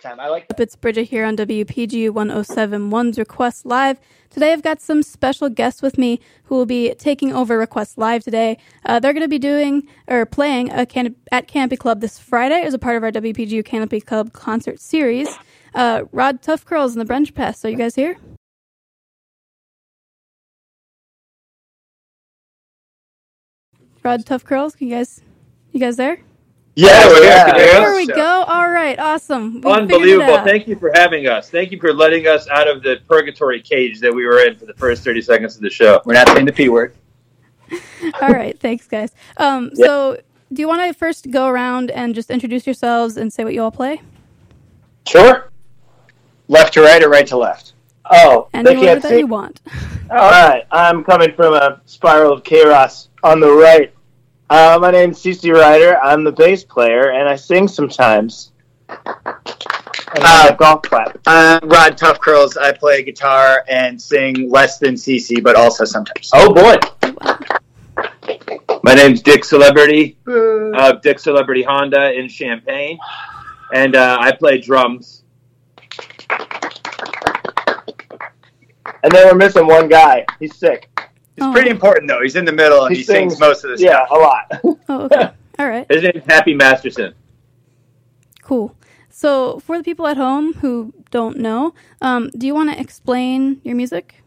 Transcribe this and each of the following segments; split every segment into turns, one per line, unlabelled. time. I like that.
It's Bridget here on WPGU 1071's Request Live. Today I've got some special guests with me who will be taking over Request Live today. Uh, they're going to be doing or playing a can- at Canopy Club this Friday as a part of our WPGU Canopy Club concert series. Uh, Rod Tough Curls and the Brunch Pass. Are you guys here? Rod Tough Curls, can you guys, you guys there?
Yeah, we're
Yeah.
here. Can you hear
There
us?
we go. All right, awesome. We figured it
Unbelievable.
out.
Thank you for having us. Thank you for letting us out of the purgatory cage that we were in for the first 30 seconds of the show.
We're not saying the P word.
All right, thanks, guys. Um, So, do you want to first go around and just introduce yourselves and say what you all play?
Sure. Left to right or right to left?
Oh,
And
they
in order
can't
that
see.
you want.
All right, I'm coming from a spiral of chaos on the right. Uh, my name's CC Ryder. I'm the bass player, and I sing sometimes. And I have a golf clap.
I'm Um, Rod Tough Curls. I play guitar and sing less than CC, but also sometimes.
Oh, boy.
Wow.
My name's Dick Celebrity of Dick Celebrity Honda in Champaign. And uh, I play drums.
And then we're missing one guy. He's sick.
He's
Oh.
pretty important, though. He's in the middle and he,
He
sings,
sings-
most of the
Yeah, a lot.
Oh, okay. All right,
His name's Happy Masterson.
cool. So, for the people at home who don't know, um, do you want to explain your music?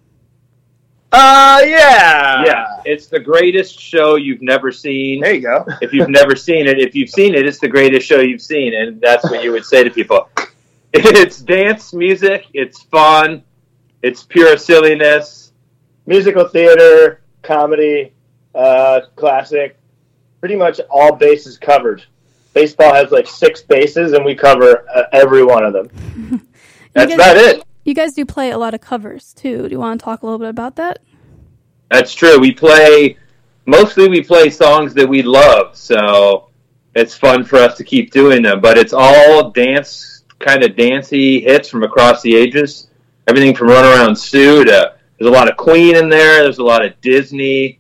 Uh, yeah.
yeah. It's the greatest show you've never seen.
There you go.
If you've never seen it, if you've seen it, it's the greatest show you've seen. And that's what you would say to people. It's dance music. It's fun. It's pure silliness.
Musical theater, comedy, uh, classic. Pretty much all bases covered. Baseball has like six bases, and we cover uh, every one of them.
That's
guys-
about it.
You guys do play a lot of covers too. Do you want to talk a little bit about that?
That's true. We play mostly we play songs that we love, so it's fun for us to keep doing them. But it's all dance kind of dancey hits from across the ages. Everything from Run Around Sue to there's a lot of Queen in there. There's a lot of Disney,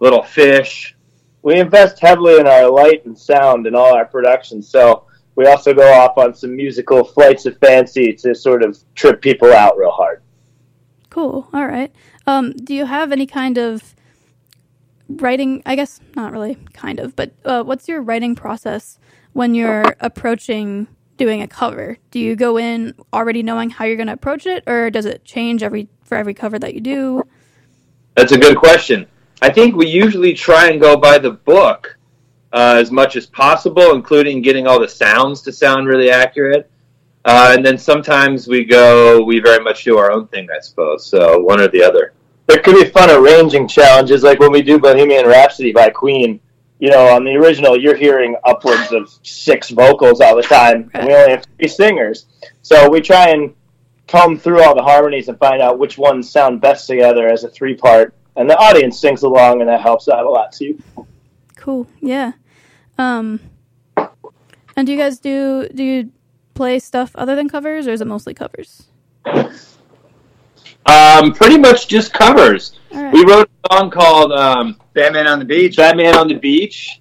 Little Fish.
we invest heavily in our light and sound in all our productions. So we also go off on some musical flights of fancy to sort of trip people out real hard.
Cool. All right. Um, do you have any kind of writing? I guess not really, kind of, but uh, what's your writing process when you're approaching doing a cover? Do you go in already knowing how you're going to approach it, or does it change every for every cover that you do?
That's a good question. I think we usually try and go by the book uh, as much as possible, including getting all the sounds to sound really accurate. Uh, and then sometimes we go, we very much do our own thing, I suppose. So one or the other.
There could be fun arranging challenges, like when we do Bohemian Rhapsody by Queen. You know, on the original, you're hearing upwards of six vocals all the time, and we only have three singers. So we try and comb through all the harmonies and find out which ones sound best together as a three part. And the audience sings along, and that helps out a lot too.
Cool. Yeah. Um, and do you guys do do you play stuff other than covers, or is it mostly covers?
Um, pretty much just covers.
All right.
We wrote a song called um,
Batman on the beach.
Batman on the Beach,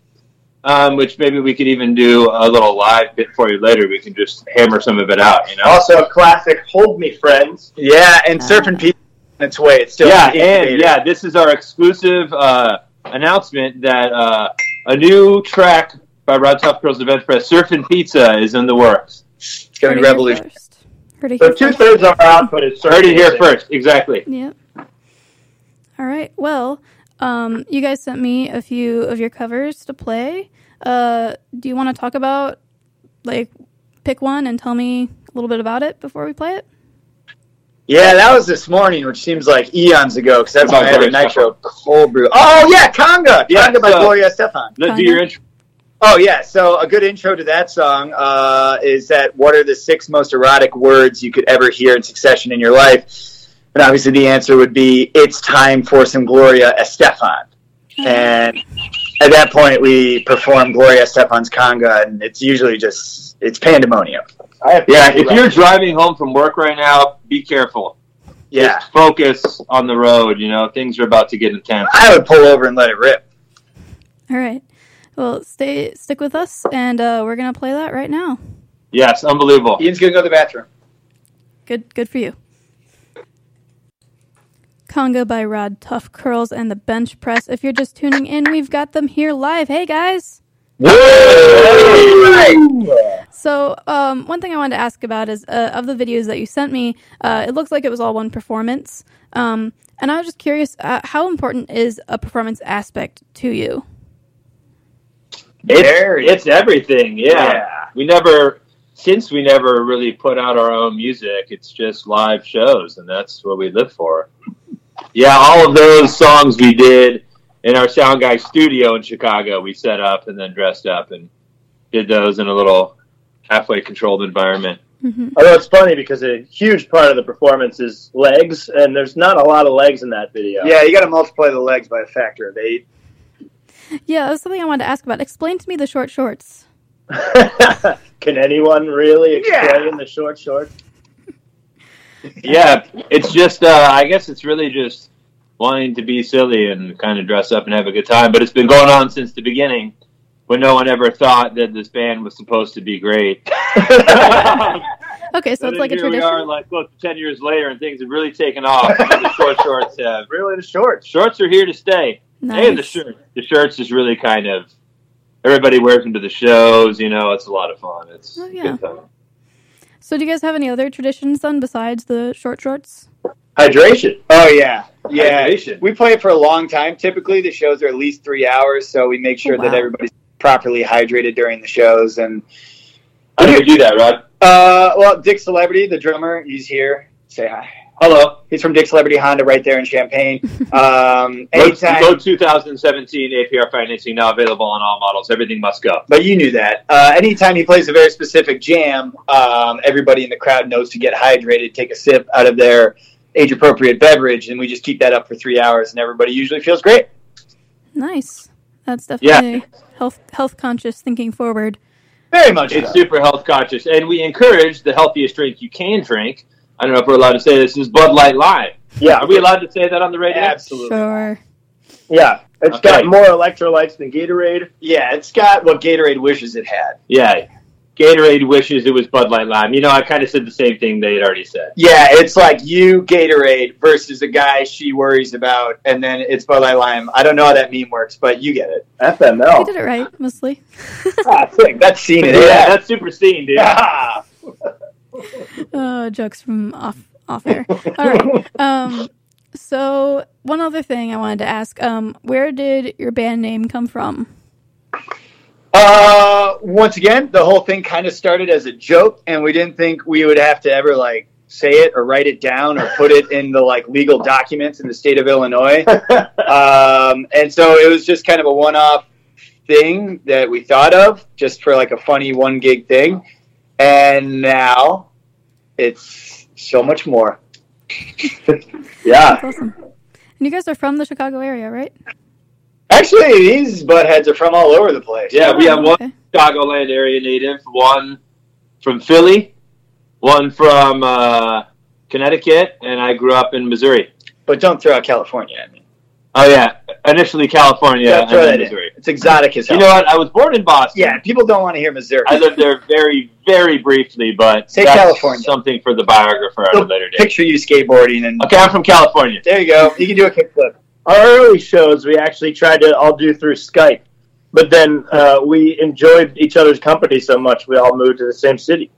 um, which maybe we could even do a little live bit for you later. We can just hammer some of it out, you know?
Also, a classic "Hold Me, Friends."
Yeah, and surfing people on its way. It's still
yeah,
incubated.
and yeah, this is our exclusive uh, announcement that uh, a new track by Rod Top Girls Event Press, Surfin' Pizza, is in the works.
It's going to
Heard it here
revolution.
first. Heard it
So
here
two
first.
thirds of our output is
Heard it here
circulation.
first, exactly.
Yep. All right. Well, um, you guys sent me a few of your covers to play. Uh, do you want to talk about, like, pick one and tell me a little bit about it before we play it?
Yeah, that was this morning, which seems like eons ago because that's when I had a
Conga by
Nitro cold brew. Oh yeah, Conga.
Yeah,
Conga by
so-
Gloria Stefan.
Let's do your intro.
Oh yeah, so a good intro to that song uh, is that what are the six most erotic words you could ever hear in succession in your life? And obviously the answer would be it's time for some Gloria Estefan. And at that point we perform Gloria Estefan's conga and it's usually just it's pandemonium.
I have
Yeah,
to-
if you're driving home from work right now, be careful.
Yeah.
Just focus on the road, you know, things are about to get intense.
I would pull over and let it rip.
All right. Well, stay stick with us, and uh, we're gonna play that right now.
Yes, unbelievable.
Ian's gonna go to the bathroom.
Good, good for you. Conga by Rod Tough Curls and the Bench Press. If you're just tuning in, we've got them here live. Hey guys. So, um, one thing I wanted to ask about is uh, of the videos that you sent me, uh, it looks like it was all one performance. Um, and I was just curious, uh, how important is a performance aspect to you?
It's,
Very.
it's everything. Yeah.
Yeah.
we never since we never really put out our own music. It's just live shows, and that's what we live for. Yeah, all of those songs we did in our sound guy studio in Chicago. We set up and then dressed up and did those in a little halfway controlled environment.
Mm-hmm.
Although it's funny because a huge part of the performance is legs, and there's not a lot of legs in that video.
Yeah, you got to multiply the legs by a factor of eight.
Yeah, that was something I wanted to ask about. Explain to me the short shorts.
Can anyone really explain
Yeah.
the short short?
Yeah, it's just uh, I guess it's really just wanting to be silly and kind of dress up and have a good time. But it's been going on since the beginning. When no one ever thought that this band was supposed to be great.
Okay, so it's
then
like a
here we
tradition.
are, like look, ten years later, and things have really taken off. the short shorts have.
Really the shorts.
Shorts are here to stay.
Nice.
And the shirt, the shirts is really kind of everybody wears them to the shows. You know, it's a lot of fun. It's
Oh,
a
yeah.
good time.
So, do you guys have any other traditions then besides the short shorts?
Hydration.
Oh yeah, yeah.
Hydration.
We play it for a long time. Typically, the shows are at least three hours, so we make sure
Oh,
that
wow.
everybody's properly hydrated during the shows. And
How do you do that, Rod?
uh, well, Dick Celebrity, the drummer, he's here. Say hi.
Hello.
He's from Dick Celebrity Honda, right there in Champagne. Um,
Road,
anytime.
Road 2017 APR financing now available on all models. Everything must go.
but you knew that. Uh, anytime he plays a very specific jam, um, everybody in the crowd knows to get hydrated, take a sip out of their age appropriate beverage, and we just keep that up for three hours, and everybody usually feels great.
Nice. That's
Yeah.
definitely health health conscious thinking forward.
Very much.
It's
so.
super health conscious, and we encourage the healthiest drink you can drink. I don't know if we're allowed to say this is Bud Light Lime.
Yeah,
Are we allowed to say that on the radio?
Absolutely.
Sure.
yeah. It's
Okay.
got more electrolytes than Gatorade.
Yeah, it's got what Gatorade wishes it had.
Yeah. Gatorade wishes it was Bud Light Lime. You know, I kind of said the same thing they had already said.
Yeah, it's like you Gatorade versus a guy she worries about, and then it's Bud Light Lime. I don't know how that meme works, but you get it.
Oh.
You
FML.
did it right, mostly.
Ah, sick.
That's seen it.
Yeah,
Yeah.
that's super scene, dude.
Ah.
uh, jokes from off off air. All right. Um, so one other thing I wanted to ask: um, where did your band name come from?
Uh, once again, the whole thing kind of started as a joke, and we didn't think we would have to ever like say it or write it down or put it in the like legal documents in the state of Illinois. um, and so it was just kind of a one-off thing that we thought of just for like a funny one gig thing and now it's so much more
yeah.
That's awesome. And you guys are from the Chicago area, right?
actually these buttheads are from all over the place
Yeah, we have one
Okay.
Chicagoland area native, one from Philly, one from uh, Connecticut, and I grew up in Missouri.
but don't throw out california at me
Oh, yeah. Initially California
Don't
and
throw
then
that in.
Missouri.
it's exotic as hell
You know what? I was born in Boston.
yeah people don't want to hear missouri
I lived there very, very briefly, but
Say
that's
California.
something for the biographer at a later date.
picture you skateboarding and
Okay, I'm from California.
there you go you can do a kickflip
our early shows we actually tried to all do through Skype, but then uh, we enjoyed each other's company so much we all moved to the same city.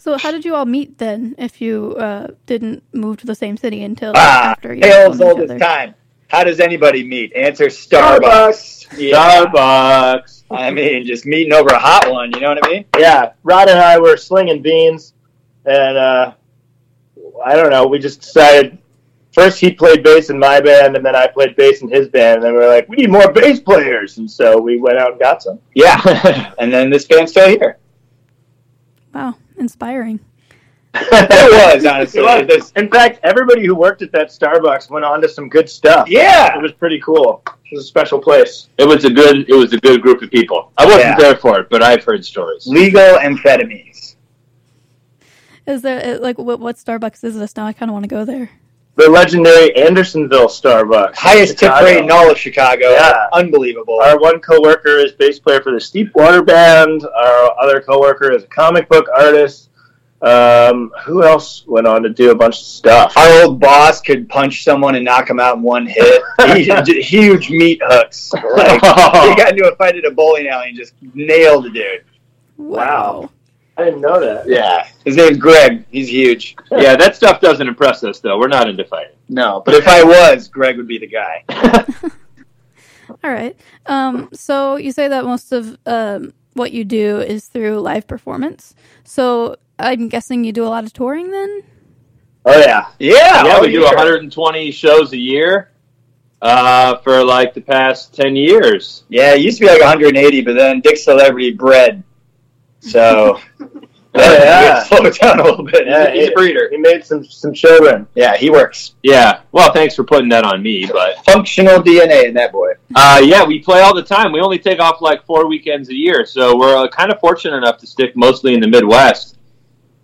So how did you all meet then? If you uh, didn't move to the same city until
Ah,
after you
tales
known each
old as
other.
time how does anybody meet answer starbucks, Yeah.
Starbucks.
i mean just meeting over a hot one you know what i mean
Yeah, Rod and I were slinging beans, and uh, I don't know. We just decided first he played bass in my band, and then I played bass in his band, and then we were like, we need more bass players, and so we went out and got some.
yeah and then this band's still here
Wow, inspiring.
it was honestly.
It was.
It was-
In fact, everybody who worked at that Starbucks went on to some good stuff.
yeah,
It was pretty cool. It was a special place.
It was a good. It was a good group of people. I wasn't
Yeah.
there for it, but I've heard stories.
legal amphetamines.
Is there uh, like what, what Starbucks is this now? I kind of want to go there.
the legendary Andersonville Starbucks.
Highest tip
Chicago.
rate in all of Chicago.
Yeah.
Unbelievable.
Our one coworker is bass player for the Steepwater Band. Our other coworker is a comic book artist. Um, who else went on to do a bunch of stuff?
Our old boss could punch someone and knock him out in one hit. He did huge meat hooks. Like,
Oh.
he got into a fight at a bowling alley and just nailed the dude.
Wow.
I didn't know that.
Yeah. His name's Greg. He's huge.
Yeah, that stuff doesn't impress us though. We're not into fighting.
No, but if I was, Greg would be the guy.
All right. Um, so you say that most of um, what you do is through live performance. So I'm guessing you do a lot of touring then?
Oh yeah,
Yeah.
yeah,
all
we do
year.
120 shows a year uh, for like the past 10 years.
Yeah, it used to be like 180, but then Dick Celebrity bred. So
Yeah.
slow it down a little bit.
Yeah,
he's, he's a breeder.
he made some some children.
Yeah, he works.
Yeah. Well, thanks for putting that on me, but
Functional DNA in that boy.
uh, yeah, we play all the time. We only take off like four weekends a year, so we're uh, kind of fortunate enough to stick mostly in the Midwest,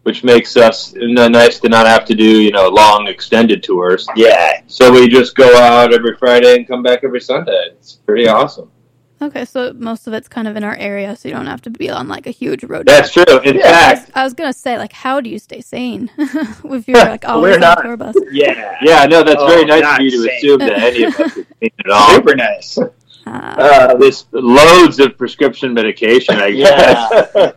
which makes us n- nice to not have to do you know long extended tours.
Yeah.
So we just go out every Friday and come back every Sunday. It's pretty awesome.
Okay, so most of it's kind of in our area, so you don't have to be on like a huge road trip.
That's true. In fact,
I was gonna say, like, how do you stay sane if you're like always
We're
on a
not.
tour bus?
Yeah.
yeah, no, that's
Oh,
very nice
God,
of you to
same.
assume that any of us is clean at all.
Super nice.
Uh,
Uh,
This loads of prescription medication, I guess.
yeah.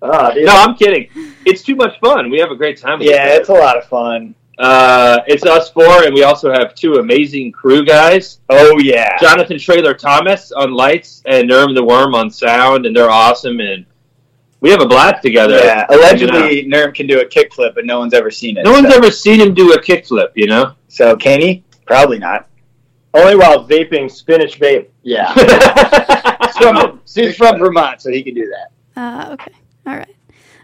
oh, dude.
No, I'm kidding. It's too much fun. We have a great time. With
Yeah,
it.
it's a lot of fun.
uh, it's us four, and we also have two amazing crew guys:
Oh yeah.
Jonathan Trailer Thomas on lights and Nerm the Worm on sound, and they're awesome. And we have a blast together.
Yeah. Allegedly, Nerm can do a kickflip, but no one's ever seen it.
No one's
so.
ever seen him do a kickflip. You know.
So can he? Probably not.
Only while vaping spinach vape.
Yeah.
So,
from, he's from Vermont, so he can do that.
Uh, okay. All right.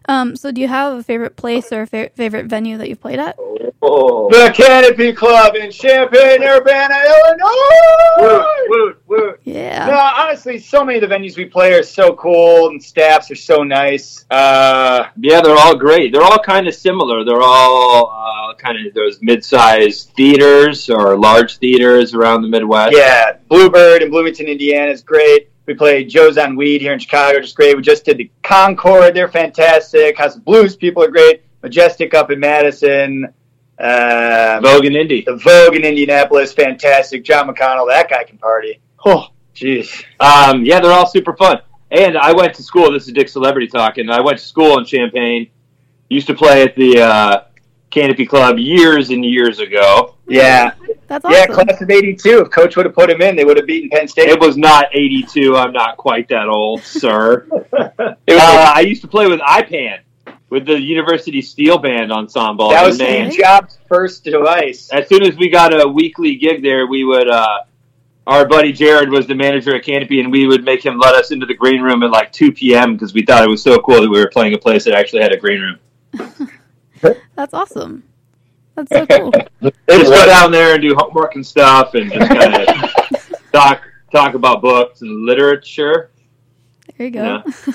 Um, so do you have a favorite place or a fa- favorite venue that you've played at?
Oh.
The Canopy Club in Champaign, Urbana, Illinois.
Yeah.
No, honestly, so many of the venues we play are so cool, and staffs are so nice. Uh,
yeah, they're all great. They're all kind of similar. They're all uh, kind of those mid-sized theaters or large theaters around the Midwest.
yeah, Bluebird in Bloomington, Indiana is great. We play Joe's on Weed here in Chicago, just great. We just did the Concord; they're fantastic. House of Blues people are great. Majestic up in Madison. Uh,
Vogue and Indy.
the Vogue in Indianapolis, fantastic. John McConnell, that guy can party. Oh, jeez.
Um, yeah, they're all super fun. And I went to school. This is Dick Celebrity talking. I went to school in Champaign. Used to play at the uh, Canopy Club years and years ago.
Yeah,
That's
yeah.
awesome.
Class of '82. If Coach would have put him in, they would have beaten Penn State.
It was not 82. I'm not quite that old, sir. uh, I used to play with IPAN, with the University Steel Band Ensemble.
that
And
was
man,
Steve Jobs' first device.
as soon as we got a weekly gig there, we would. Uh, our buddy Jared was the manager at Canopy, and we would make him let us into the green room at like 2 p.m. because we thought it was so cool that we were playing a place that actually had a green room.
That's awesome. That's so cool.
just go down there and do homework and stuff, and just kind of talk talk about books and literature.
There you go.
Yeah.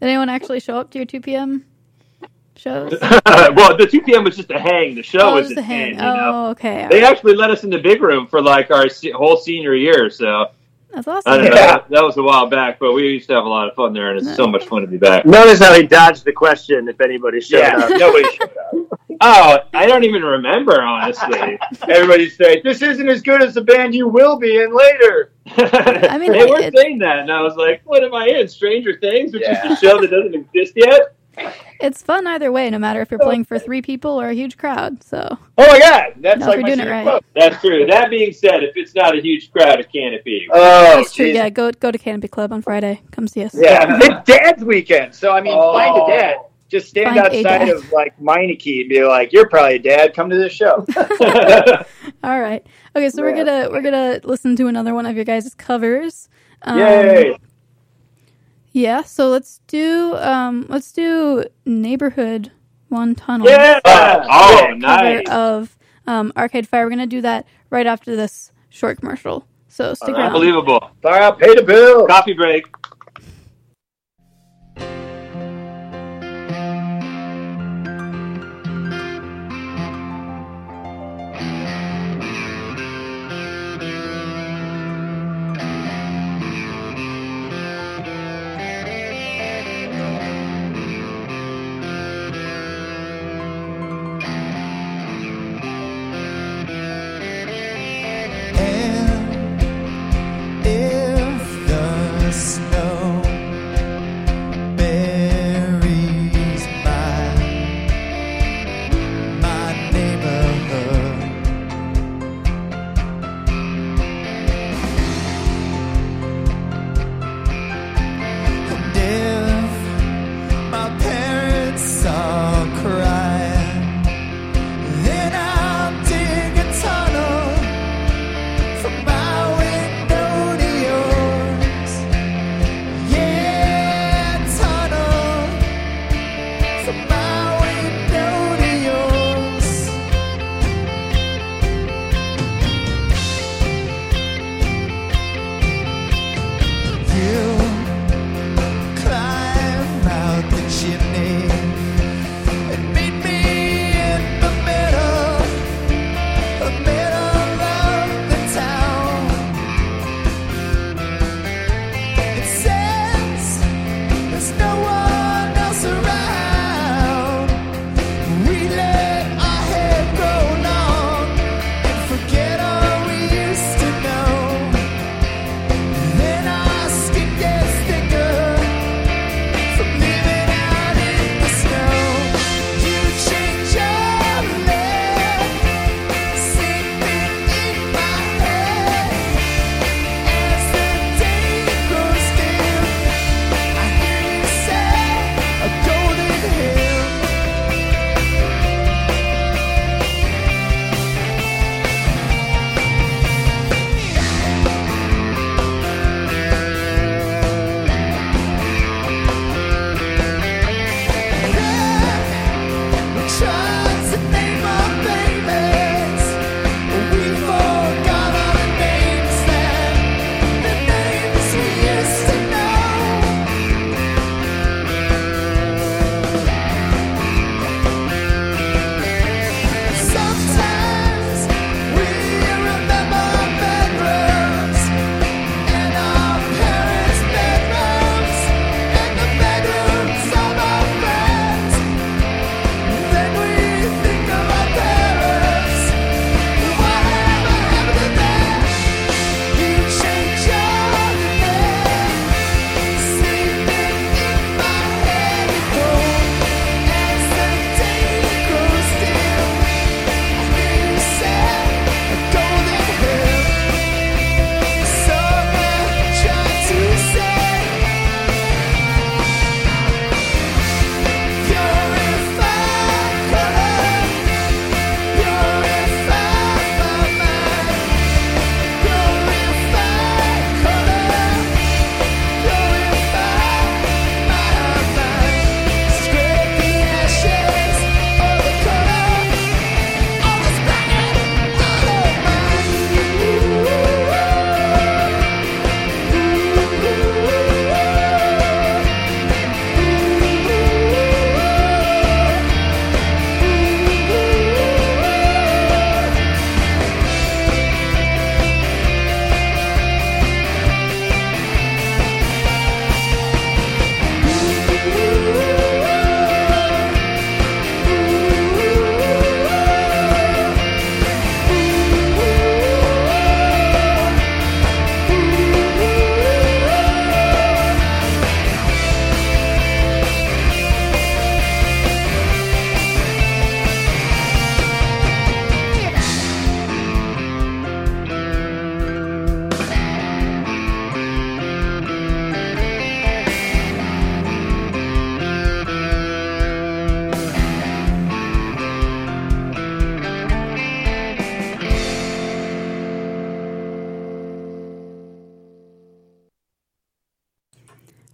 Did anyone actually show up to your 2 p.m. shows?
well, the two p.m. was just a hang. The show
oh,
was
it
just
was a hang.
You
oh,
know?
okay. All
They
right.
actually let us in the big room for like our se- whole senior year, so
That's
I
awesome.
don't know.
Yeah.
That was a while back, but we used to have a lot of fun there, and it's so much fun to be back.
Notice how he dodged the question. If anybody showed
Yeah,
up,
nobody showed up.
Oh, I don't even remember, honestly.
Everybody say, this isn't as good as the band you will be in later.
I
mean,
they were
it-
saying that, and I was like, "What am I in? Stranger Things, which
Yeah.
is a show that doesn't exist yet."
It's fun either way, no matter if you're playing for three people or a huge crowd. So
Oh my god, that's
No,
like
we're
my
doing it
secret
right.
quote.
That's true. That being said, if it's not a huge crowd, it can't be.
Oh,
that's true.
geez.
Yeah, go go to Canopy Club on Friday. Come see us.
yeah. It's Dad's weekend, so I mean,
Oh.
find a dad. Just stand
Find a
outside
dad.
of like Meineke and be like, "You're probably a dad. Come to this show."
All right. Okay, so we're
Yeah.
gonna we're gonna listen to another one of your guys' covers. Um,
Yay!
Yeah. So let's do um let's do neighborhood one tunnel.
Yeah.
oh,
cover
nice.
of um, Arcade Fire. We're gonna do that right after this short commercial. So stick around.
Unbelievable.
Fire out, pay the bill.
Coffee break.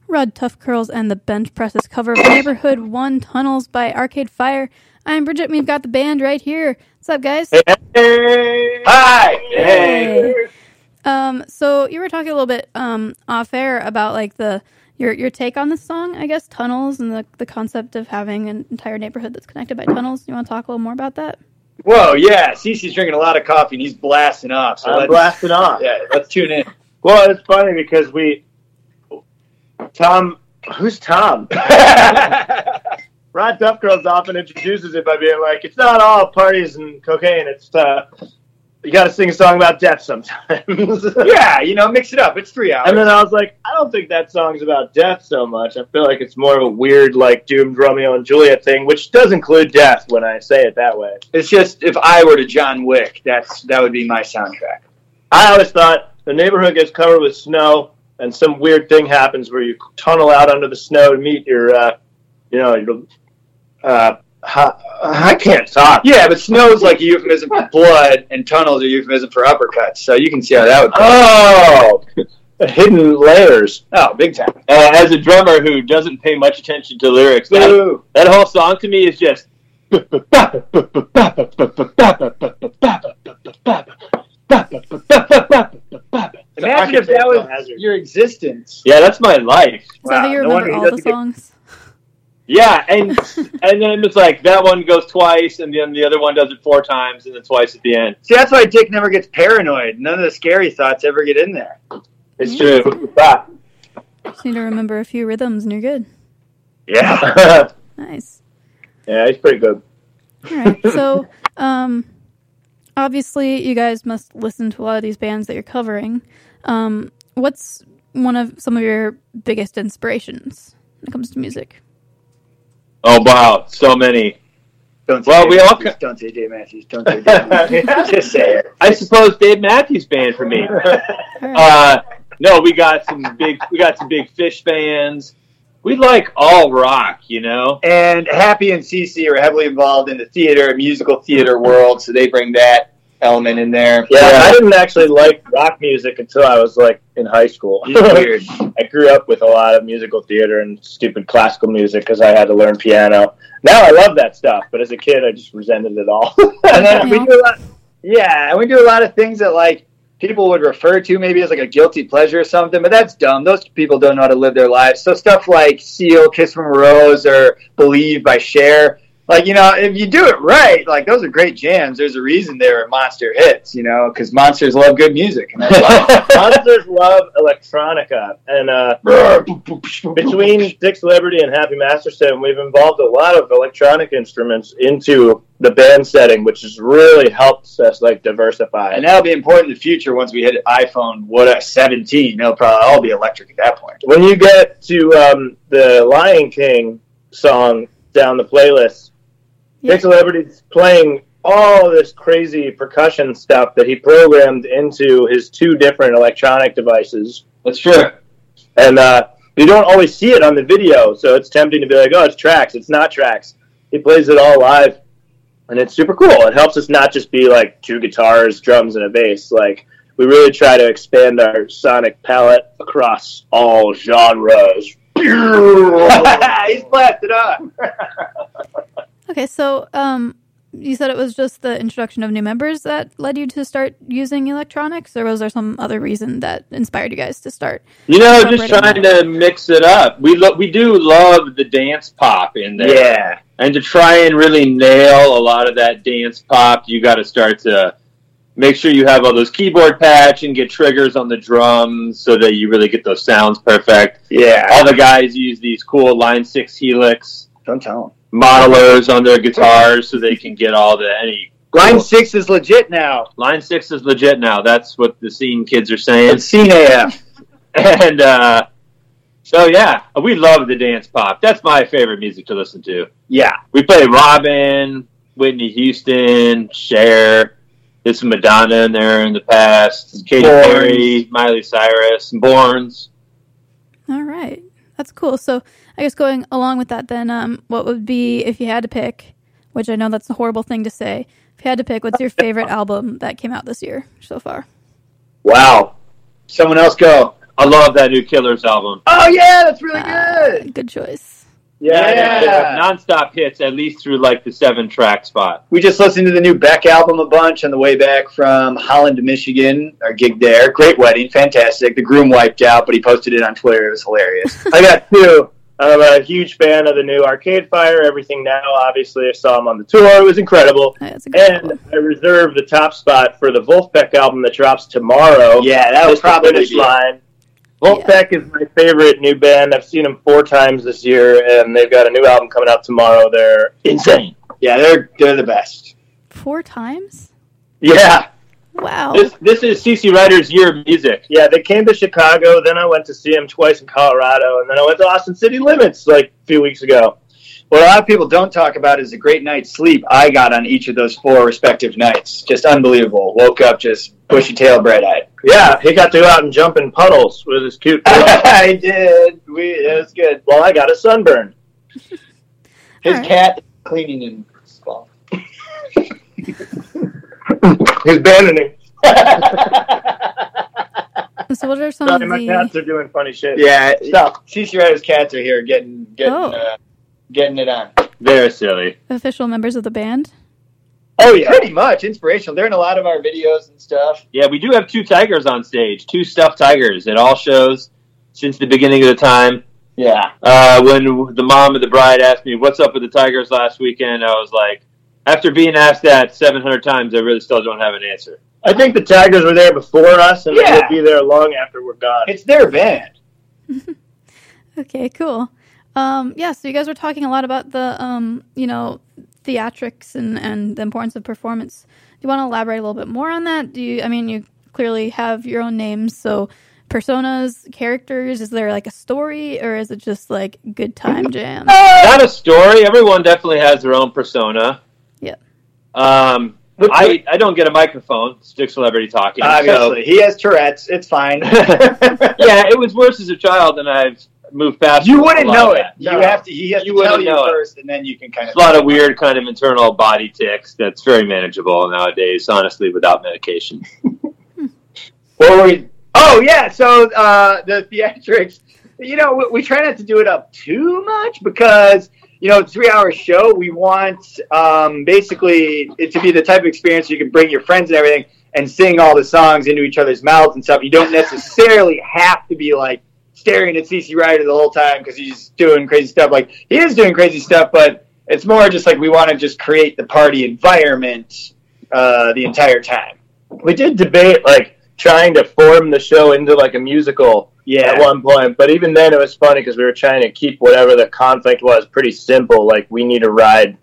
Rod Tough Curls, and the Bench Presses cover of Neighborhood One Tunnels by Arcade Fire. I'm Bridget, and we've got the band right here. What's up, guys?
Hey.
Hi.
Hey. Um, so you were talking a little bit um off air about like the your your take on this song, I guess, tunnels and the the concept of having an entire neighborhood that's connected by tunnels. You want to talk a little more about that?
Whoa, yeah. Cece's drinking a lot of coffee and he's Uh, blasting off. So
I'm
let's,
blasting off.
yeah, let's tune in.
Well, it's funny because we, Tom, who's Tom? Rod Duff Girls often introduces it by being like, "It's not all parties and cocaine. It's uh, you got to sing a song about death sometimes."
yeah, you know, mix it up. It's three hours.
And then I was like, I don't think that song's about death so much. I feel like it's more of a weird, like, doomed Romeo and Juliet thing, which does include death when I say it that way.
it's just if I were to John Wick, that's that would be my soundtrack.
I always thought the neighborhood gets covered with snow, and some weird thing happens where you tunnel out under the snow to meet your, uh, you know, your, uh, hi- I can't talk.
Yeah, but snow's like a euphemism for blood, and tunnels are euphemism for uppercuts. So you can see how that would. Play.
Oh, hidden layers.
Oh, big time.
uh, as a drummer who doesn't pay much attention to lyrics, that,
Boo.
that whole song to me is just.
Imagine if that was your existence.
Yeah, that's my life.
Is that how you
no
remember
wonder he
all the
doesn't get-
songs?
Yeah, and and then it's like that one goes twice, and then the other one does it four times, and then twice at the end.
See, that's why Dick never gets paranoid. None of the scary thoughts ever get in there.
It's
Mm.
true.
Just need to remember a few rhythms, and you're good.
Yeah.
Nice.
Yeah, he's pretty good.
All right. So, um, obviously, you guys must listen to a lot of these bands that you're covering. Um, what's one of some of your biggest inspirations when it comes to music?
Oh wow, so many.
Don't say
Well,
Dave
we all
Matthews, Don't say Dave Matthews. Don't say Dave Matthews. Just say it.
I suppose Dave Matthews Band for me.
All right.
Uh, no, we got some big. We got some big fish bands. We like all rock, you know.
And Happy and CC are heavily involved in the theater, musical theater world, so they bring that element in there.
Yeah, I didn't actually like rock music until I was like in high school.
It's weird.
I grew up with a lot of musical theater and stupid classical music because I had to learn piano. Now I love that stuff, but as a kid, I just resented it all.
and then we
Yeah.
do a lot, yeah, and we do a lot of things that like people would refer to maybe as like a guilty pleasure or something, but that's dumb. Those people don't know how to live their lives. So stuff like Seal, Kiss from a Rose, or Believe by Cher, like you know, if you do it right, like those are great jams. There's a reason they were monster hits, you know, because monsters love good music. And that's why.
Monsters love electronica, and uh, between Dick's Liberty and Happy Masterson, we've involved a lot of electronic instruments into the band setting, which has really helped us like diversify.
and that'll be important in the future once we hit iPhone what a 17. They'll probably all be electric at that point.
when you get to um, the Lion King song down the playlist,
Yeah.
Big Celebrity's playing all this crazy percussion stuff that he programmed into his two different electronic devices.
That's true.
And uh, you don't always see it on the video, so it's tempting to be like, oh, it's tracks. It's not tracks. He plays it all live, and it's super cool. It helps us not just be like two guitars, drums, and a bass. Like, we really try to expand our sonic palette across all genres.
He's blasted up.
Okay. So, um, you said it was just the introduction of new members that led you to start using electronics, or was there some other reason that inspired you guys to start?
You know, just
Separating
trying to mix it up. We lo- we do love the dance pop in there.
Yeah.
and to try and really nail a lot of that dance pop, you got to start to make sure you have all those keyboard patch and get triggers on the drums so that you really get those sounds perfect.
Yeah.
All the guys use these cool Line Six Helix
Don't tell him.
modelers on their guitars so they can get all the any.
Line
Cool.
six is legit now.
Line Six is legit now. That's what the scene kids are saying.
It's seen AF.
and uh, so yeah, we love the dance pop. That's my favorite music to listen to.
Yeah.
We play Robin, Whitney Houston, Cher. There's some Madonna in there in the past. Katy
Borns.
Perry, Miley Cyrus, and Borns.
All right. That's cool. So I guess going along with that then, um, what would be if you had to pick, which I know that's a horrible thing to say, if you had to pick, what's your favorite album that came out this year so far?
Wow. Someone else go.
I love that new Killers album.
Oh yeah, that's really
Uh,
good.
good choice.
Yeah.
nonstop hits at least through like the seven track spot.
We just listened to the new Beck album a bunch on the way back from Holland, Michigan, our gig there. Great wedding, fantastic. The groom wiped out, but he posted it on Twitter. It was hilarious.
I got two. I'm a huge fan of the new Arcade Fire, everything now. Obviously, I saw him on the tour. It was incredible.
Oh, that's a good
And I reserved the top spot for the Wolfpack album that drops tomorrow.
yeah, that was
Just Oh, the
probably
finish line.
Yeah.
Wolfpack is my favorite new band. I've seen them four times this year, and they've got a new album coming out tomorrow. They're insane.
Yeah, they're they're the best.
Four times?
Yeah,
Wow.
This this is CC Rider's year of music.
yeah. They came to Chicago. Then I went to see them twice in Colorado, and then I went to Austin City Limits like a few weeks ago.
What a lot of people don't talk about is the great night's sleep I got on each of those four respective nights. Just unbelievable. Woke up just bushy tail, bright eyed.
Yeah, he got to go out and jump in puddles with his cute. dog.
I did. We it was good.
well, I got a sunburn.
His
Alright.
cat cleaning and well,
He's abandoning.
so what are some of
Sorry, my
the
cats are doing funny shit.
Yeah, stop. CC Rider's cats are here getting getting
Oh.
uh, getting it on.
They're silly.
official members of the band?
Oh yeah, pretty much inspirational. They're in a lot of our videos and stuff.
Yeah, we do have two tigers on stage, two stuffed tigers at all shows since the beginning of the time.
Yeah,
Uh, when the mom of the bride asked me, "What's up with the tigers last weekend?" I was like, after being asked that seven hundred times, I really still don't have an answer.
I think the Tigers were there before us, and
Yeah.
they'll be there long after we're gone.
it's their band.
Okay, cool. Um, yeah, so you guys were talking a lot about the um, you know, theatrics and, and the importance of performance. Do you want to elaborate a little bit more on that? Do you I mean you clearly have your own names, so personas, characters, is there like a story or is it just like good time jam?
Not a story. Everyone definitely has their own persona.
Yeah.
Um, I I don't get a microphone. It's Dick celebrity talking. so-
Obviously, he has Tourette's. It's fine.
yeah, it was worse as a child, and I've moved past.
you wouldn't
a lot of
know it.
that.
You have to. He has
You
to tell
wouldn't
you
know it.
first, and then you can kind
It's
of.
a lot of weird kind of internal body tics that's very manageable nowadays, honestly, without medication.
What were we? Oh yeah, so uh, the theatrics. You know, we, we try not to do it up too much because you know, three-hour show. We want um, basically it to be the type of experience you can bring your friends and everything and sing all the songs into each other's mouths and stuff. You don't necessarily have to be like staring at CC Ryder the whole time because he's doing crazy stuff. Like he is doing crazy stuff, but it's more just like we want to just create the party environment uh, the entire time.
we did debate like trying to form the show into like a musical
Yeah.
at one point, but even then it was funny because we were trying to keep whatever the conflict was pretty simple. Like we need a ride.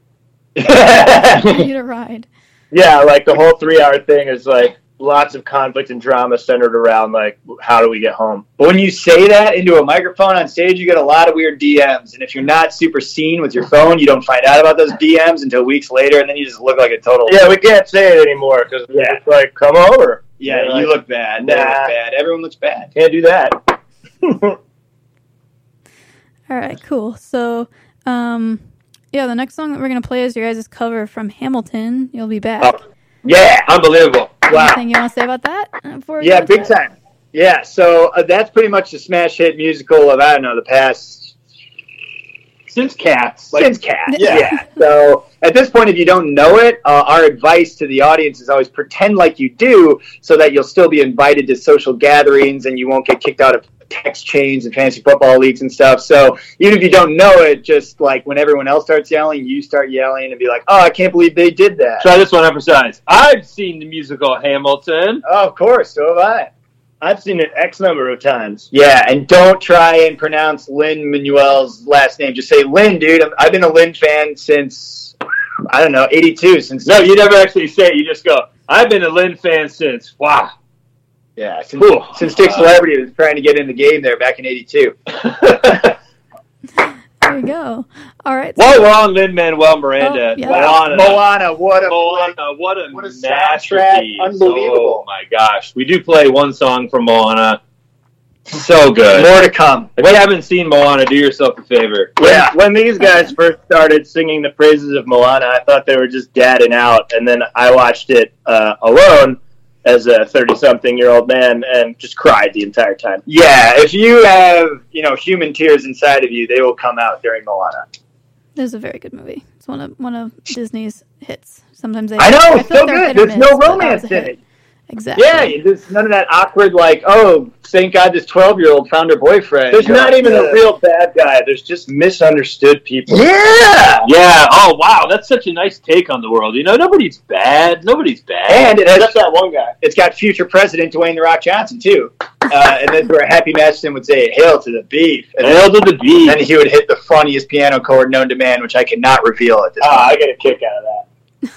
I
yeah,
need a ride.
like the whole three-hour thing is like lots of conflict and drama centered around like how do we get home.
But when you say that into a microphone on stage, you get a lot of weird DMs. And if you're not super seen with your phone, you don't find out about those DMs until weeks later, and then you just look like a total.
Yeah, we can't say it anymore because
Yeah.
it's like come over.
Yeah,
They're like,
you look bad. They look
Nah.
bad. Everyone looks bad.
can't do that.
All right, cool. So, um, yeah, the next song that we're gonna play is your guys' cover from Hamilton. You'll be back.
Oh,
Yeah.
Unbelievable.
Oh, Wow.
Anything you want to say about that? uh, before we
Yeah,
go?
big time. Yeah, so uh, that's pretty much the smash hit musical of I don't know the past
Since cats.
since Cat.
Yeah.
So at this point, if you don't know it, uh, our advice to the audience is always pretend like you do, so that you'll still be invited to social gatherings and you won't get kicked out of text chains and fantasy football leagues and stuff. So even if you don't know it, just like when everyone else starts yelling, you start yelling and be like, "Oh, I can't believe they did that."
Try this one up for size. I've seen the musical Hamilton.
Oh, of course, so have I.
I've seen it X number of times.
Yeah, and don't try and pronounce Lynn Manuel's last name. Just say Lynn, dude. I'm, I've been a Lynn fan since I don't know '82. Since
No, you never actually say it. You just go, I've been a Lynn fan since. Wow.
Yeah, since,
Cool.
since Dick Celebrity was trying to get in the game there back in '82.
There you go. All right. so-
While we're on Lynn Manuel Miranda,
Oh, yeah.
Moana.
Moana, what a
Moana, what a,
What a
masterpiece.
soundtrack. Unbelievable.
Oh my gosh. We do play one song from Moana. So good.
more to come.
If you haven't seen Moana, do yourself a favor.
When,
Yeah.
when these guys first started singing the praises of Moana, I thought they were just dadding out, and then I watched it uh, alone, as a 30 something year old man and just cried the entire time.
Yeah, if you have you know human tears inside of you, they will come out during Moana.
This is a very good movie. It's one of one of Disney's hits. Sometimes they
I know, it's
feel
so
they're hit
good.
or
There's no
miss, but that
romance
was a
in
hit.
it.
Exactly.
Yeah, there's none of that awkward like, oh, thank God this 12 year old found her boyfriend.
There's not even
Yeah.
a real bad guy. There's just misunderstood people.
Yeah,
Yeah. Oh wow, that's such a nice take on the world. You know, nobody's bad. Nobody's bad.
and it has
Except that one guy.
it's got future president Dwayne the Rock Johnson too, uh, and that's where Happy Madison would say, "Hail to the beef," and then,
Nailed to the beat.
then he would hit the funniest piano chord known to man, which I cannot reveal at this.
Ah,
time.
I get a kick out of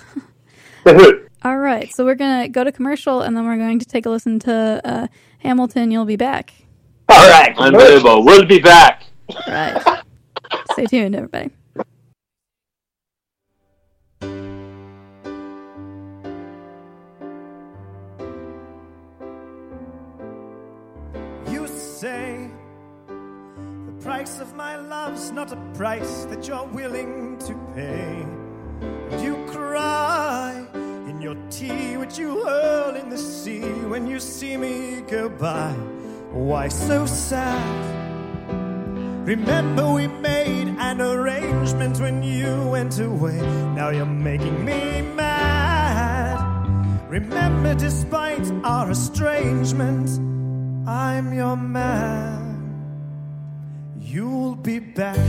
that.
All right. So we're gonna go to commercial, and then we're going to take a listen to uh, Hamilton. You'll be back.
All right,
Unbelievable. We'll be back.
All right. Stay tuned, everybody.
You say the price of my love's not a price that you're willing to pay. And you cry in your tea, which you hurl in the sea when you see me go by. Why so sad? Remember, we made an arrangement when you went away. Now you're making me mad. Remember, despite our estrangement, I'm your man. You'll be back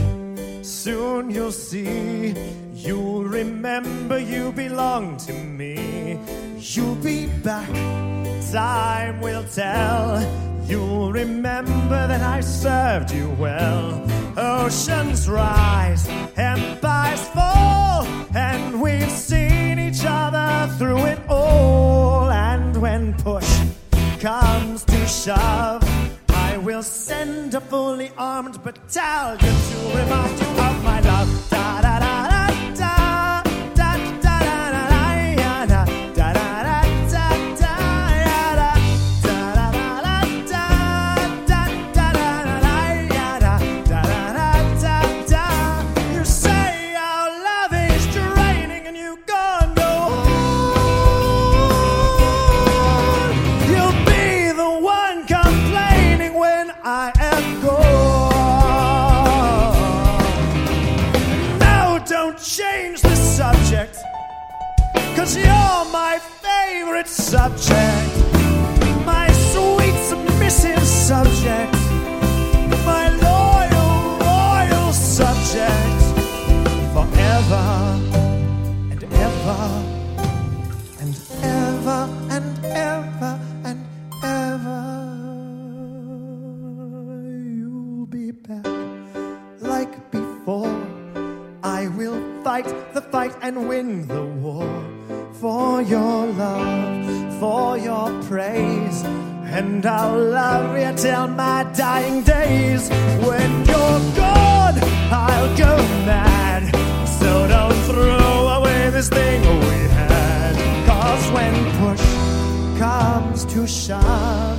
soon, you'll see. You'll remember you belong to me. You'll be back, time will tell. You'll remember that I served you well. Oceans rise, empires fall, and we've seen each other through it all. And when push comes to shove, I will send a fully armed battalion to remind you of my love. Da da da da da. Da da da da da da. Da da da da da da. Da da da da da. Da da da da da da. Da da da da da. You say our love is draining and you gone no You'll be the one complaining when I am gone. No, don't change the subject, cause you're my favorite subject. My sweet, submissive subject. My loyal, royal subject. Forever and ever and ever and ever and ever you'll be back like before. I will fight the fight and win the war for your love, for your praise. And I'll love you till my dying days. When you're gone, I'll go mad. So don't throw away this thing we had. Cause when push comes to shove,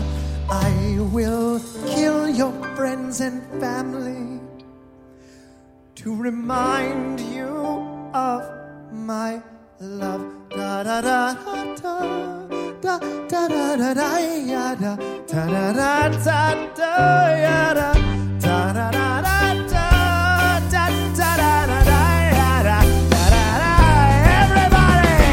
I will kill your friends and family to remind you of my love. Da da da da da da da da da ya da da da da da da ya da da da da da da da da da da da ya da da da da everybody.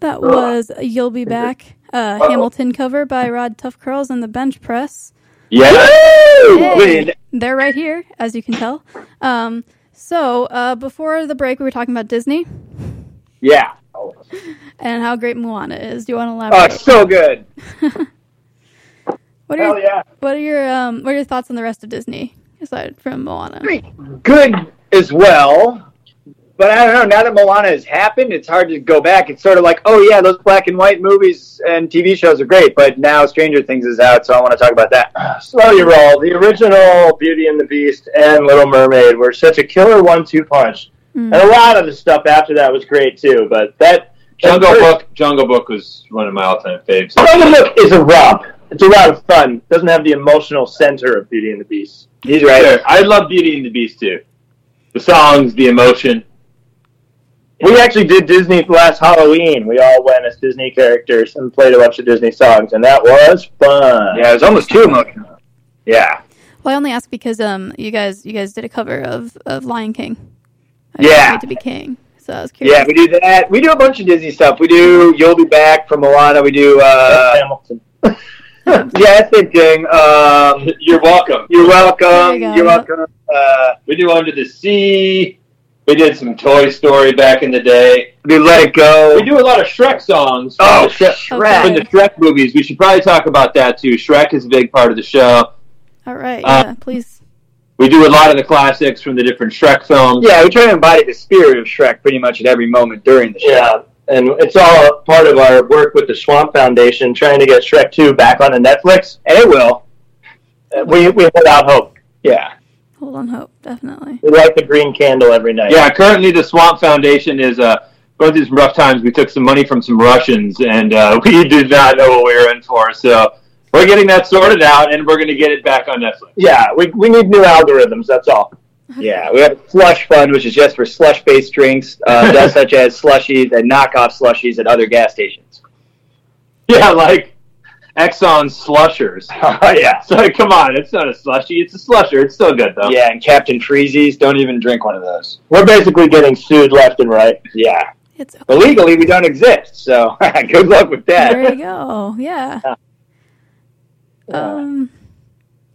That
Uh,
was "You'll Be Back," uh,
Oh.
Hamilton cover by Rod Tough Curls and the Bench Press.
Yeah.
Hey, they're right here, as you can tell. Um, so uh, before the break, we were talking about Disney
yeah,
Oh,
and how great Moana is. Do you want to
oh,
elaborate?
it's so good.
what are your,
Hell yeah.
What are your um, What are your thoughts on the rest of Disney aside from Moana?
Pretty good as well. but I don't know. Now that Moana has happened, it's hard to go back. It's sort of like, oh yeah, those black and white movies and TV shows are great, but now Stranger Things is out, so I want to talk about that.
Slow your roll. The original Beauty and the Beast and Little Mermaid were such a killer one-two punch,
Mm.
and a lot of the stuff after that was great too. But that
Jungle
that
Book. Jungle Book was one of my all-time faves.
Oh,
Jungle Book is a romp. It's a lot of fun. Doesn't have the emotional center of Beauty and the Beast.
He's right.
Sure. I love Beauty and the Beast too. The songs, the emotion.
We actually did Disney last Halloween. We all went as Disney characters and played a bunch of Disney songs, and that was fun.
Yeah, it was almost too emotional. Yeah.
Well, I only ask because um you guys you guys did a cover of of Lion King. I
Yeah.
Need to be king. So I was curious.
Yeah, we do that. We do a bunch of Disney stuff. We do You'll Be Back from Moana. We do, uh,
Hamilton.
yeah, same thing. Um,
You're welcome.
you're welcome.
There
You're
you go.
welcome. Uh,
We do Under the Sea. We did some Toy Story back in the day.
we Let It Go.
We do a lot of Shrek songs. from
Oh,
the Shrek,
Okay.
from the Shrek movies. We should probably talk about that too. Shrek is a big part of the show.
All right.
Uh,
yeah. Please.
We do a lot of the classics from the different Shrek films.
Yeah, we try to embody the spirit of Shrek pretty much at every moment during the show.
Yeah, and it's all part of our work with the Swamp Foundation, trying to get Shrek Two back onto Netflix, and it will. Uh, We we hold out hope.
Yeah.
Hold on. Hope definitely.
We light the green candle every night.
Yeah, currently the Swamp Foundation is uh, going through some rough times. We took some money from some Russians, and uh, we did not know what we were in for. So we're getting that sorted out, and we're going to get it back on Netflix.
yeah. We we need new algorithms. That's all.
Yeah, we have slush fund, which is just for slush-based drinks, uh, just such as slushies and knockoff slushies at other gas stations.
Yeah, like Exxon slushers.
yeah,
So come on, it's not a slushy, it's a slusher. It's still good though.
yeah, and Captain Freezies. Don't even drink one of those.
We're basically getting sued left and right.
Yeah,
It's okay.
but legally we don't exist, so good luck with that.
There you go. Yeah. Um.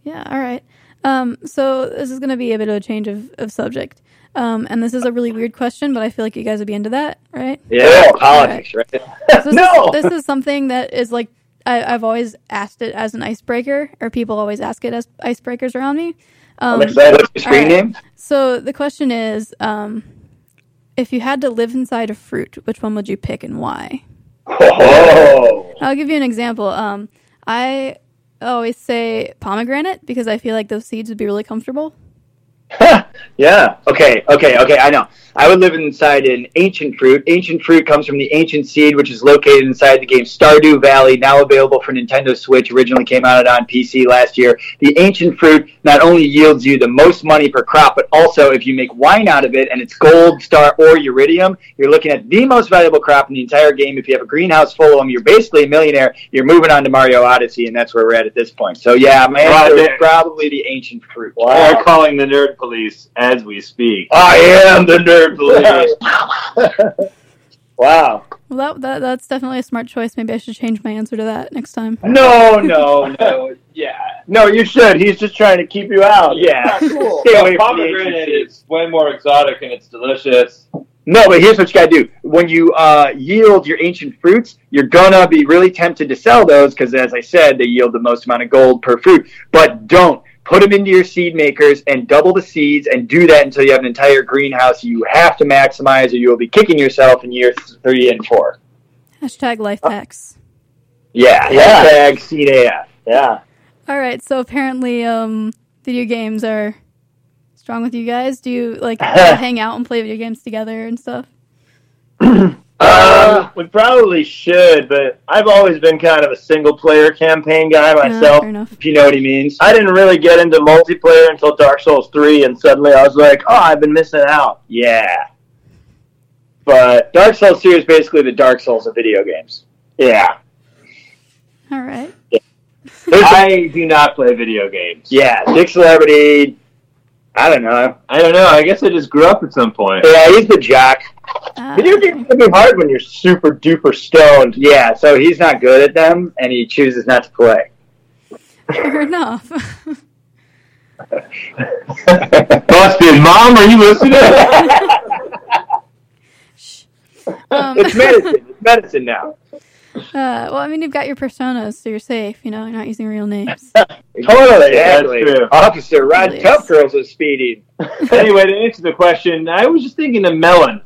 Yeah. All right. Um. So this is going to be a bit of a change of, of subject. Um. And this is a really weird question, but I feel like you guys would be into that, right?
Yeah, politics, right?
So this
No!
Is, this is something that is like I, I've always asked it as an icebreaker, or people always ask it as icebreakers around me. Um,
What's your screen
Alright.
name?
so the question is, um, if you had to live inside a fruit, which one would you pick and why?
Oh,
I'll give you an example. Um, I always say pomegranate because I feel like those seeds would be really comfortable.
yeah. Okay, okay, okay. I know. I would live inside an ancient fruit. Ancient fruit comes from the ancient seed, which is located inside the game Stardew Valley, now available for Nintendo Switch. Originally came out on PC last year. The ancient fruit not only yields you the most money per crop, but also if you make wine out of it and it's gold, star, or uridium, you're looking at the most valuable crop in the entire game. If you have a greenhouse full of them, you're basically a millionaire. You're moving on to Mario Odyssey, and that's where we're at at this point. So yeah, my
Right
answer is
there.
probably the ancient fruit.
They're calling the nerd police as we speak.
I am the nerd wow.
Well, that, that that's definitely a smart choice. Maybe I should change my answer to that next time.
No, no, no.
Yeah.
No, you should. He's just trying to keep you out.
Yeah.
cool.
Stay away from the ancient
Pomegranate
fruit.
is way more exotic and it's delicious.
No, but here's what you gotta do. When you uh, yield your ancient fruits, you're gonna be really tempted to sell those because, as I said, they yield the most amount of gold per fruit. But don't put them into your seed makers and double the seeds and do that until you have an entire greenhouse. You have to maximize, or you will be kicking yourself in year three and four.
Hashtag life hacks.
Yeah,
Yeah.
hashtag seed AF.
Yeah.
All right. So apparently, um, video games are strong with you guys. Do you like hang out and play video games together and stuff?
Um, we probably should, but I've always been kind of a single player campaign guy
Yeah,
myself.
fair enough.
If you know what he means.
I didn't really get into multiplayer until Dark Souls 3, and suddenly I was like, oh, I've been missing out.
Yeah,
But,
Dark Souls series is basically the Dark Souls of video games.
yeah.
All right.
I do not play video games.
Yeah, big celebrity. I don't know.
I don't know. I guess I just grew up at some point.
Yeah, he's the jock.
Ah,
Video games can be hard when you're super duper stoned.
Yeah, so he's not good at them, and he chooses not to play.
Ah, fair enough.
Busted, mom, are you listening?
um,
It's medicine. it's medicine now.
Uh, well, I mean, you've got your personas, so you're safe. You know, you're not using real names.
Totally.
Exactly.
Exactly. Officer Rod
Really
Cup Girls is speeding.
anyway, to answer the question, I was just thinking of melon.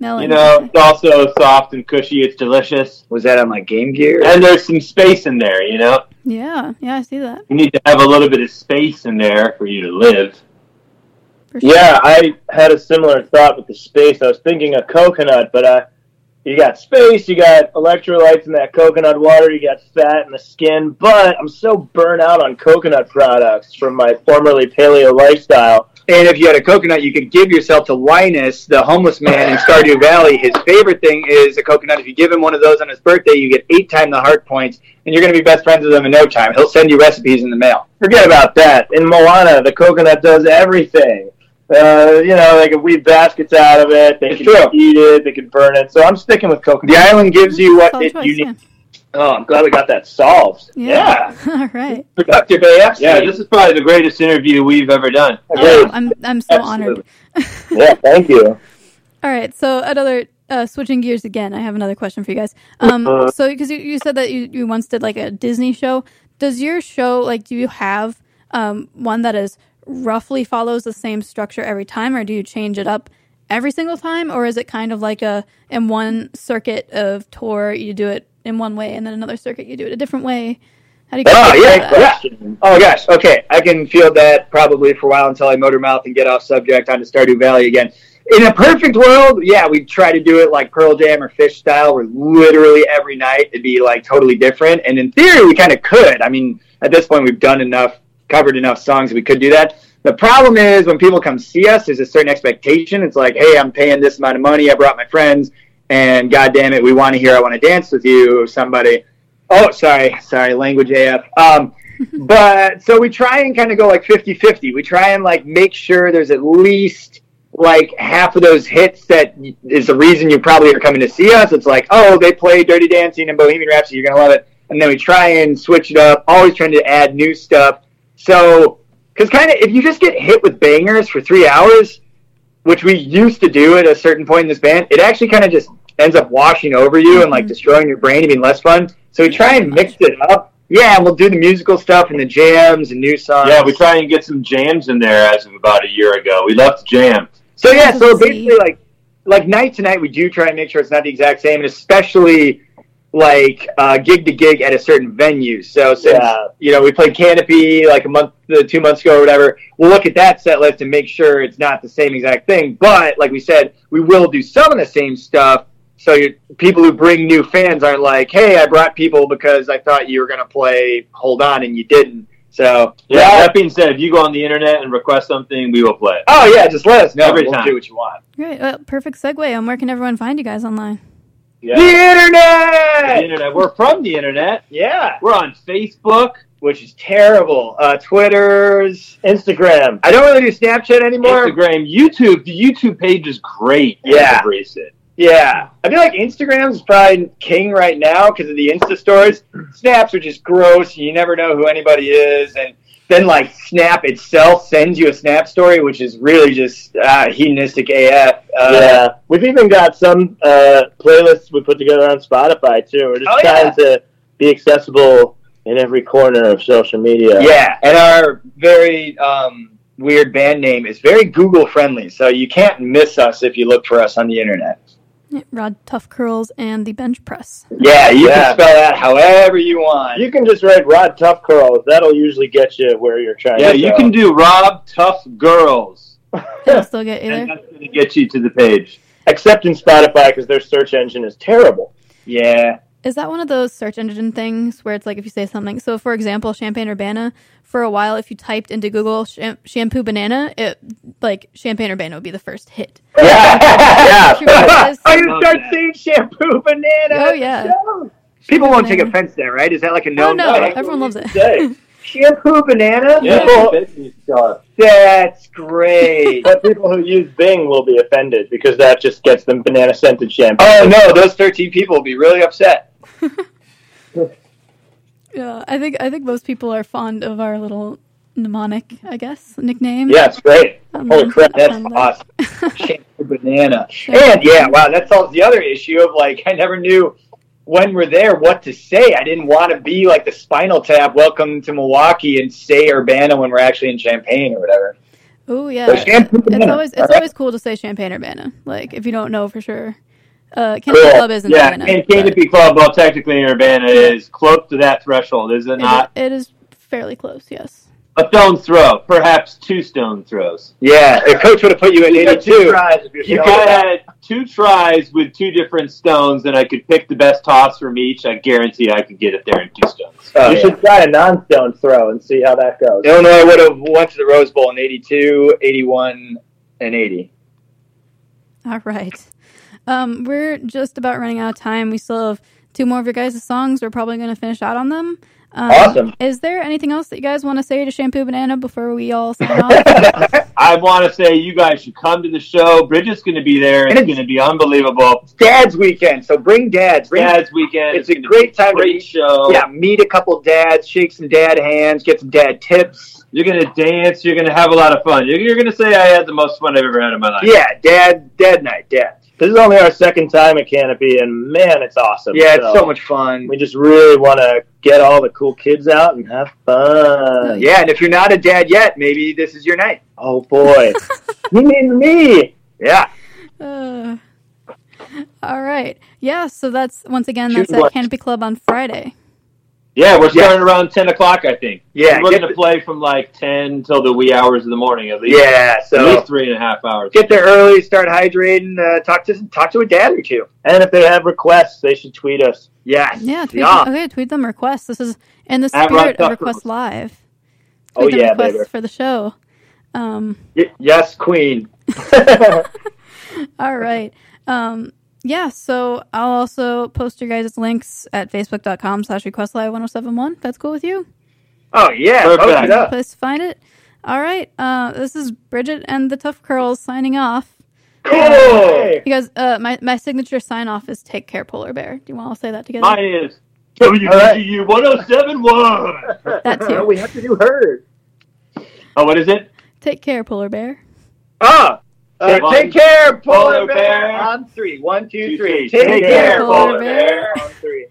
Melon.
You know, it's also soft and cushy. It's delicious,
Was that on my Game Gear?
and there's some space in there. You know,
Yeah, yeah, I see that.
you need to have a little bit of space in there for you to live.
For sure.
Yeah, I had a similar thought with the space. I was thinking a coconut, but uh, you got space, you got electrolytes in that coconut water, you got fat in the skin. But I'm so burnt out on coconut products from my formerly paleo lifestyle.
And if you had a coconut, you could give yourself to Linus, the homeless man in Stardew Valley. His favorite thing is a coconut. If you give him one of those on his birthday, you get eight times the heart points, and you're going to be best friends with him in no time. He'll send you recipes in the mail.
Forget about that. In Moana, the coconut does everything. Uh, you know, they can weave baskets out of it. They
It's
can
true.
eat it. They can burn it. So I'm sticking with coconut.
The island gives you what
Solid
it,
choice,
you need.
Oh, I'm glad we got that solved.
Yeah. All right.
Productive AF.
Yeah, this is probably the greatest interview we've ever done.
Great.
Oh, I'm I'm so honored.
Absolutely. Yeah, thank you.
All right, so another uh, switching gears again. I have another question for you guys.
Uh-huh.
Um, so because you, you said that you, you once did like a Disney show, does your show like do you have um, one that is roughly follows the same structure every time, or do you change it up every single time, or is it kind of like a in one circuit of tour you do it in one way, and then another circuit you do it a different way? How do you?
Oh,
control
yeah,
that?
yeah. Oh gosh, okay. I can feel that probably for a while until I motor mouth and get off subject onto Stardew Valley again. In a perfect world, yeah, we'd try to do it like Pearl Jam or Fish style, where literally every night it'd be like totally different. And in theory, we kind of could. I mean, at this point, we've done enough, covered enough songs, we could do that. The problem is when people come see us, there's a certain expectation. It's like, hey, I'm paying this amount of money. I brought my friends, and god damn it, we want to hear "I Want to Dance with You" or somebody. Oh, sorry, sorry, language AF. Um, but so we try and kind of go like 50-50 we try and like make sure there's at least like half of those hits that y- is the reason you probably are coming to see us it's like oh they play dirty dancing and bohemian rhapsody you're gonna love it and then we try and switch it up always trying to add new stuff so because kind of if you just get hit with bangers for three hours which we used to do at a certain point in this band it actually kind of just ends up washing over you and like
Mm-hmm.
destroying your brain and being less fun so we try and mix it up yeah, and we'll do the musical stuff and the jams and new songs.
Yeah, we try and get some jams in there as of about a year ago. We love to jam.
so yeah, so
Let's see.
basically like like night to night, we do try and make sure it's not the exact same, and especially like uh, gig to gig at a certain venue. So since
Yeah.
you know we played Canopy like a month, uh, two months ago or whatever, we'll look at that set list and make sure it's not the same exact thing. But like we said, we will do some of the same stuff. So you people who bring new fans aren't like, hey, I brought people because I thought you were gonna play Hold On and you didn't. So
Yeah. That being said, if you go on the internet and request something, we will play it.
Oh yeah, just let us know.
Every
we'll
time.
do what you want.
Great. Well, perfect segue. And where can everyone find you guys online?
The
Yeah. The
internet,
internet. We're from the internet.
yeah,
We're on Facebook.
which is terrible. Uh, Twitter's.
Instagram.
I don't really do Snapchat anymore.
Instagram, YouTube. The YouTube page is great.
Yeah.
Embrace it.
Yeah, I feel like Instagram's probably king right now because of the Insta stories. Snaps are just gross. You never know who anybody is, and then like Snap itself sends you a Snap story, which is really just uh, hedonistic AF. Uh,
yeah, we've even got some uh, playlists we put together on Spotify too. We're just
Oh,
trying to be accessible in every corner of social media.
Yeah, and our very um, weird band name is very Google friendly, so you can't miss us if you look for us on the internet.
Yeah, Rod Tough Curls and the Bench Press.
Yeah, you
Yeah.
can spell that however you want.
you can just write Rod Tough Curls. That'll usually get you where you're trying.
Yeah,
to
you
go.
can do Rob Tough Girls.
It'll still get you there.
And that's going to get you to the page.
except in Spotify because their search engine is terrible.
yeah,
Is that one of those search engine things where it's like if you say something? So, for example, Champagne Urbana. For a while, if you typed into Google sham- shampoo banana, it like Champagne Urbana would be the first hit.
yeah,
Sure does.
oh, you
Love
start
that.
seeing shampoo banana.
Oh, yeah.
People won't take
Banana.
offense there, right? Is that like a
No,
known
Oh, no,
thing?
everyone loves it.
Say,
shampoo banana.
Yeah.
People-
It's
that's great.
but people who use Bing will be offended because that just gets them banana scented shampoo.
oh no, those thirteen people will be really upset.
Yeah, I think I think most people are fond of our little mnemonic, I guess, nickname.
Yeah, it's great.
Um,
Holy crap, that's
um,
awesome. shampoo banana.
Yeah.
And yeah, wow, that solves the other issue of like I never knew when we're there what to say. I didn't want to be like the Spinal Tap, welcome to Milwaukee, and say Urbana when we're actually in Champagne or whatever.
Oh yeah,
So
it's
Champaign Urbana,
always
all
it's
right?
always cool to say Champagne Urbana. Like if you don't know for sure, uh, Canopy
Cool.
Club is in
Yeah,
Urbana.
and
but
Canopy Club, well, technically in Urbana, is close to that threshold, is it
it-
not?
it is fairly close. Yes.
A stone throw, perhaps two stone throws.
Yeah, if Coach would have put you at
got two
82.
tries if
If
you're
I
feeling it.
had two tries with two different stones, and I could pick the best toss from each, I guarantee I could get it there in two stones.
Oh,
you
yeah.
should try a non-stone throw and see how that goes.
Illinois would have went to the Rose Bowl in 82, 81, and 80.
All right. Um, we're just about running out of time. We still have two more of your guys' songs. We're probably going to finish out on them. Um,
Awesome.
Is there anything else that you guys want to say to Shampoo Banana before we all sign off?
I want to say you guys should come to the show. Bridget's going to be there. It's
And
going to be unbelievable.
Dad's weekend, so bring dads. Bring
Dad's weekend.
It's a
gonna
great
be a
time to
Great
meet-
show.
Yeah, meet a couple dads, shake some dad hands, get some dad tips.
You're going to dance. You're going to have a lot of fun. You're, you're going to say I had the most fun I've ever had in my life.
Yeah, dad, dad night, dad.
This is only our second time at Canopy, and man, it's awesome.
Yeah, it's so much fun.
We just really want to get all the cool kids out and have fun.
Yeah, and if you're not a dad yet, maybe this is your night.
Oh boy, you mean me?
Yeah.
uh, all right. Yeah. So that's once again
Shoot
that's at
what?
Canopy Club on Friday.
Yeah, we're starting around 10 o'clock, I think.
Yeah,
We're
get
going to
the-
play from like 10 till the wee hours of the morning at least.
Yeah,
At
so
least three and a half hours.
get there early, start hydrating, uh, talk to talk to a dad or two.
And if they have requests, they should tweet us.
Yes.
Yeah. Tweet
Yeah.
Them, okay. Tweet them requests. This is in the
At
spirit
Rock
of
Talk
Request Live.
Oh,
Tweet them
yeah,
requests
baby.
for the show. Um,
Y- yes, queen. Oh,
All right. Um, yeah, so I'll also post your guys' links at facebook.com slash requestlive1071. That's cool with you?
Oh yeah,
Perfect.
post it up.
Place to find it. All right. Uh, this is Bridget and the Tough Curls signing off.
Cool.
네.
You guys, uh, my, my signature sign off is Take Care Polar Bear. Do you want to all say that together?
Mine is WBGU 1071.
that
Uh,
too.
we have to do her.
Oh, what is it?
Take Care Polar Bear.
Ah. Uh,
Take
take
one.
care, polar
Polar bear.
bear. On three. One, two,
Two,
three.
three.
Take care, polar
bear.
bear. On three.